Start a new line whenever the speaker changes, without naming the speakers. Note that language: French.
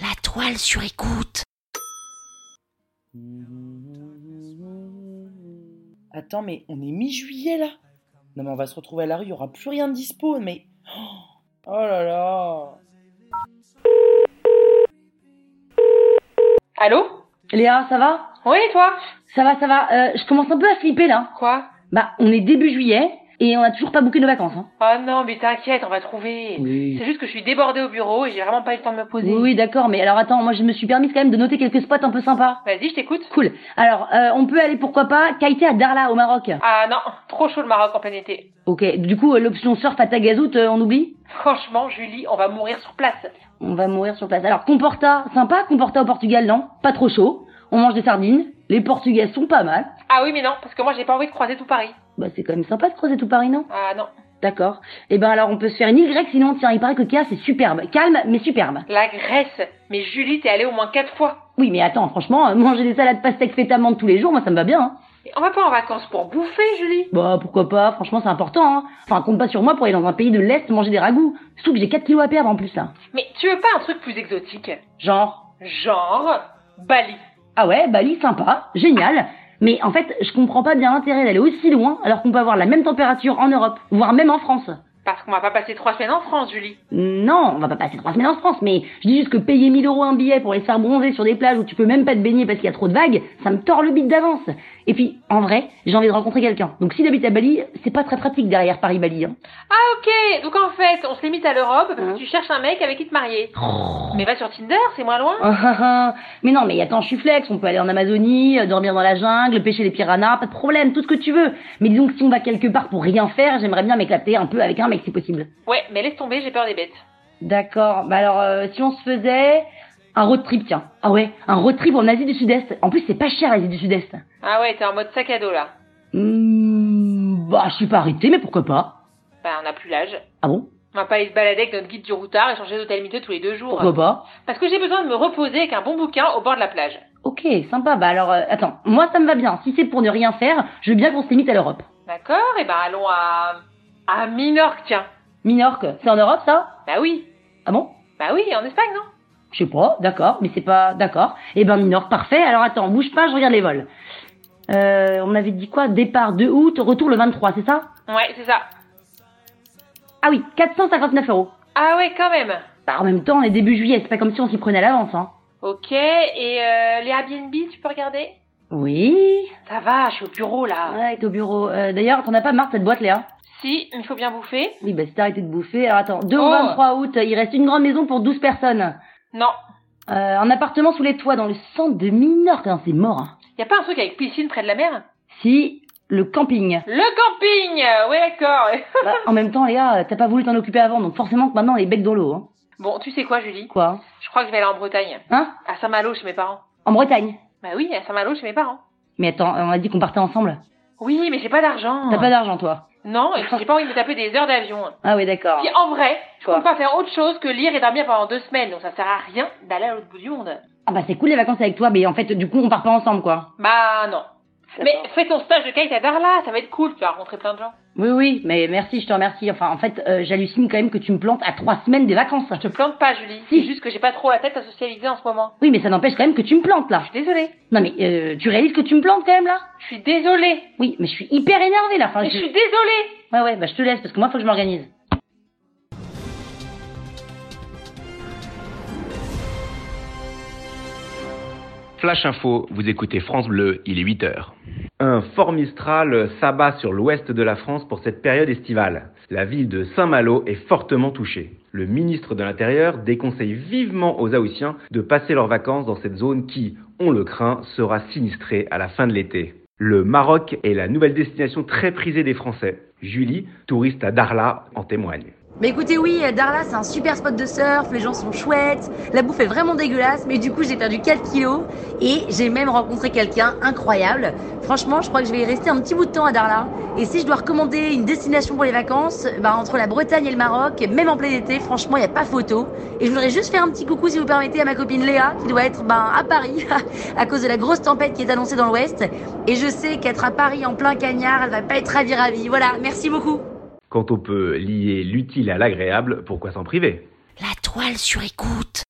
La toile sur écoute
Attends, mais on est mi-juillet là Non, mais on va se retrouver à la rue, il n'y aura plus rien de dispo, mais. Oh là là
Allô
Léa, ça va
Oui, et toi
Ça va, ça va. Euh, je commence un peu à flipper là.
Quoi
Bah, on est début juillet et on a toujours pas bouclé nos vacances. Hein.
Oh non, mais t'inquiète, on va trouver.
Oui.
C'est juste que je suis débordée au bureau et j'ai vraiment pas eu le temps de me poser.
Oui, oui, d'accord, mais alors attends, moi je me suis permise quand même de noter quelques spots un peu sympas.
Vas-y, je t'écoute.
Cool. Alors, euh, on peut aller pourquoi pas kiter à Darla au Maroc.
Ah non, trop chaud le Maroc en plein été.
Ok, du coup, euh, l'option surf à Tagazout, euh, on oublie
Franchement, Julie, on va mourir sur place.
On va mourir sur place. Alors, Comporta, sympa, Comporta au Portugal, non Pas trop chaud. On mange des sardines. Les Portugais sont pas mal.
Ah oui, mais non, parce que moi j'ai pas envie de croiser tout Paris.
Bah, c'est quand même sympa de croiser tout Paris, non
Ah non,
D'accord. Et ben alors, on peut se faire une Y, sinon, tiens, il paraît que Kia, c'est superbe. Calme, mais superbe.
la Grèce. Mais Julie, t'es allée au moins quatre fois.
Oui, mais attends, franchement, euh, manger des salades pastèques feta menthe tous les jours, moi ça me va bien. Hein.
Mais on va pas en vacances pour bouffer, Julie.
Bah pourquoi pas, franchement c'est important. Hein. Enfin, compte pas sur moi pour aller dans un pays de l'Est manger des ragoûts. Surtout que j'ai 4 kilos à perdre en plus là.
Mais tu veux pas un truc plus exotique
Genre,
Genre Bali.
ah ouais, Bali sympa, génial. Mais en fait, je comprends pas bien l'intérêt d'aller aussi loin alors qu'on peut avoir la même température en Europe, voire même en France.
Parce qu'on va pas passer trois semaines en France, Julie.
Non, on va pas passer trois semaines en France, mais je dis juste que payer 1000 euros un billet pour aller se faire bronzer sur des plages où tu peux même pas te baigner parce qu'il y a trop de vagues, ça me tord le bide d'avance. Et puis, en vrai, j'ai envie de rencontrer quelqu'un. Donc si j'habite à Bali, c'est pas très pratique derrière Paris-Bali. Hein.
Ah ok, donc en fait, on se limite à l'Europe parce que
Mhm.
tu cherches un mec avec qui te marier. Mais va sur Tinder, c'est moins loin.
Ah, ah, ah. mais non, mais attends, je suis flex, on peut aller en Amazonie, euh, dormir dans la jungle, pêcher les piranhas, pas de problème, tout ce que tu veux. Mais disons que si on va quelque part pour rien faire, j'aimerais bien m'éclater un peu avec un mec si possible.
Ouais, mais laisse tomber, j'ai peur des bêtes.
D'accord, bah alors euh, si on se faisait un road trip, tiens. Ah ouais, un road trip en Asie du Sud-Est. En plus, c'est pas cher l'Asie du Sud-Est.
Ah ouais, t'es en mode sac à dos là.
Hmm, bah, je suis pas arrêtée, mais pourquoi pas
Bah on a plus l'âge.
Ah bon
On va pas aller se balader avec notre guide du routard et changer d'hôtel miteux tous les deux jours.
Pourquoi pas
Parce que j'ai besoin de me reposer avec un bon bouquin au bord de la plage.
Ok, sympa. Bah alors, euh, attends, moi ça me va bien. Si c'est pour ne rien faire, je veux bien qu'on se limite à l'Europe.
D'accord Et ben allons à... à Minorque, tiens.
Minorque, c'est en Europe ça
Bah oui.
Ah bon
Bah oui, en Espagne, non
Je sais pas, d'accord, mais c'est pas d'accord. Eh ben Minorque, parfait. Alors attends, bouge pas, je regarde les vols. Euh, on avait dit quoi Départ 2 août, retour le 23, c'est ça
Ouais, c'est ça.
Ah oui, 459 euros.
Ah ouais, quand même.
Bah, en même temps, on est début juillet, c'est pas comme si on s'y prenait à l'avance, hein.
Ok, et euh, les Airbnb, tu peux regarder
Oui.
Ça va, je suis au bureau là.
Ouais, t'es au bureau. Euh, D'ailleurs, t'en as pas marre de cette boîte, Léa
Si, il faut bien bouffer.
Oui, bah, si t'as arrêté de bouffer. Alors attends, 2 au
Oh.
23 août, il reste une grande maison pour 12 personnes.
Non,
Euh, un appartement sous les toits dans le centre de Minorque, hein, c'est mort. hein.
Y a pas un truc avec piscine près de la mer
Si, le camping.
Le camping euh, Ouais, d'accord.
Bah, en même temps, Léa, euh, t'as pas voulu t'en occuper avant, donc forcément que maintenant, on est bec dans l'eau, hein.
Bon, tu sais quoi, Julie
Quoi hein
Je crois que je vais aller en Bretagne.
Hein
À Saint-Malo, chez mes parents.
En Bretagne
Bah oui, à Saint-Malo, chez mes parents.
Mais attends, euh, on a dit qu'on partait ensemble.
Oui, mais j'ai pas d'argent.
T'as pas d'argent, toi
Non, et puis j'ai pas envie de me taper des heures d'avion.
Ah oui, d'accord.
Puis en vrai, je
Quoi
peux pas faire autre chose que lire et dormir pendant deux semaines, donc ça sert à rien d'aller à l'autre bout du monde.
Ah bah c'est cool les vacances avec toi, mais en fait, du coup, on part pas ensemble, quoi.
Bah non. Mais
D'accord.
fais ton stage de kite à Darla, ça va être cool, tu vas rencontrer plein de gens.
Oui, oui, mais merci, je te remercie. Enfin, en fait, euh, j'hallucine quand même que tu me plantes à trois semaines des vacances.
Je te plante pas, Julie. C'est juste que j'ai pas trop la tête à socialiser en ce moment.
Oui, mais ça n'empêche quand même que tu me plantes, là.
Je suis désolée.
Non, mais euh, tu réalises que tu me plantes quand même, là
Je suis désolée.
Oui, mais je suis hyper énervée, là. Enfin,
Mais
je-
je suis désolée.
Ouais, ouais, bah je te laisse, parce que moi, faut que je m'organise.
Flash Info, vous écoutez France Bleu, il est 8h. Un fort Mistral s'abat sur l'ouest de la France pour cette période estivale. La ville de Saint-Malo est fortement touchée. Le ministre de l'Intérieur déconseille vivement aux Haïtiens de passer leurs vacances dans cette zone qui, on le craint, sera sinistrée à la fin de l'été. Le Maroc est la nouvelle destination très prisée des Français. Julie, touriste à Darla, en témoigne.
Mais écoutez, oui, Darla, c'est un super spot de surf, les gens sont chouettes, la bouffe est vraiment dégueulasse, mais du coup, j'ai perdu 4 kilos et j'ai même rencontré quelqu'un incroyable. Franchement, je crois que je vais y rester un petit bout de temps à Darla. Et si je dois recommander une destination pour les vacances, bah, entre la Bretagne et le Maroc, même en plein été, franchement, il n'y a pas photo. Et je voudrais juste faire un petit coucou, si vous permettez, à ma copine Léa, qui doit être ben, à Paris, à cause de la grosse tempête qui est annoncée dans l'Ouest. Et je sais qu'être à Paris en plein cagnard, elle va pas être ravie ravie. Voilà, merci beaucoup.
Quand on peut lier l'utile à l'agréable, pourquoi s'en priver
La toile sur écoute.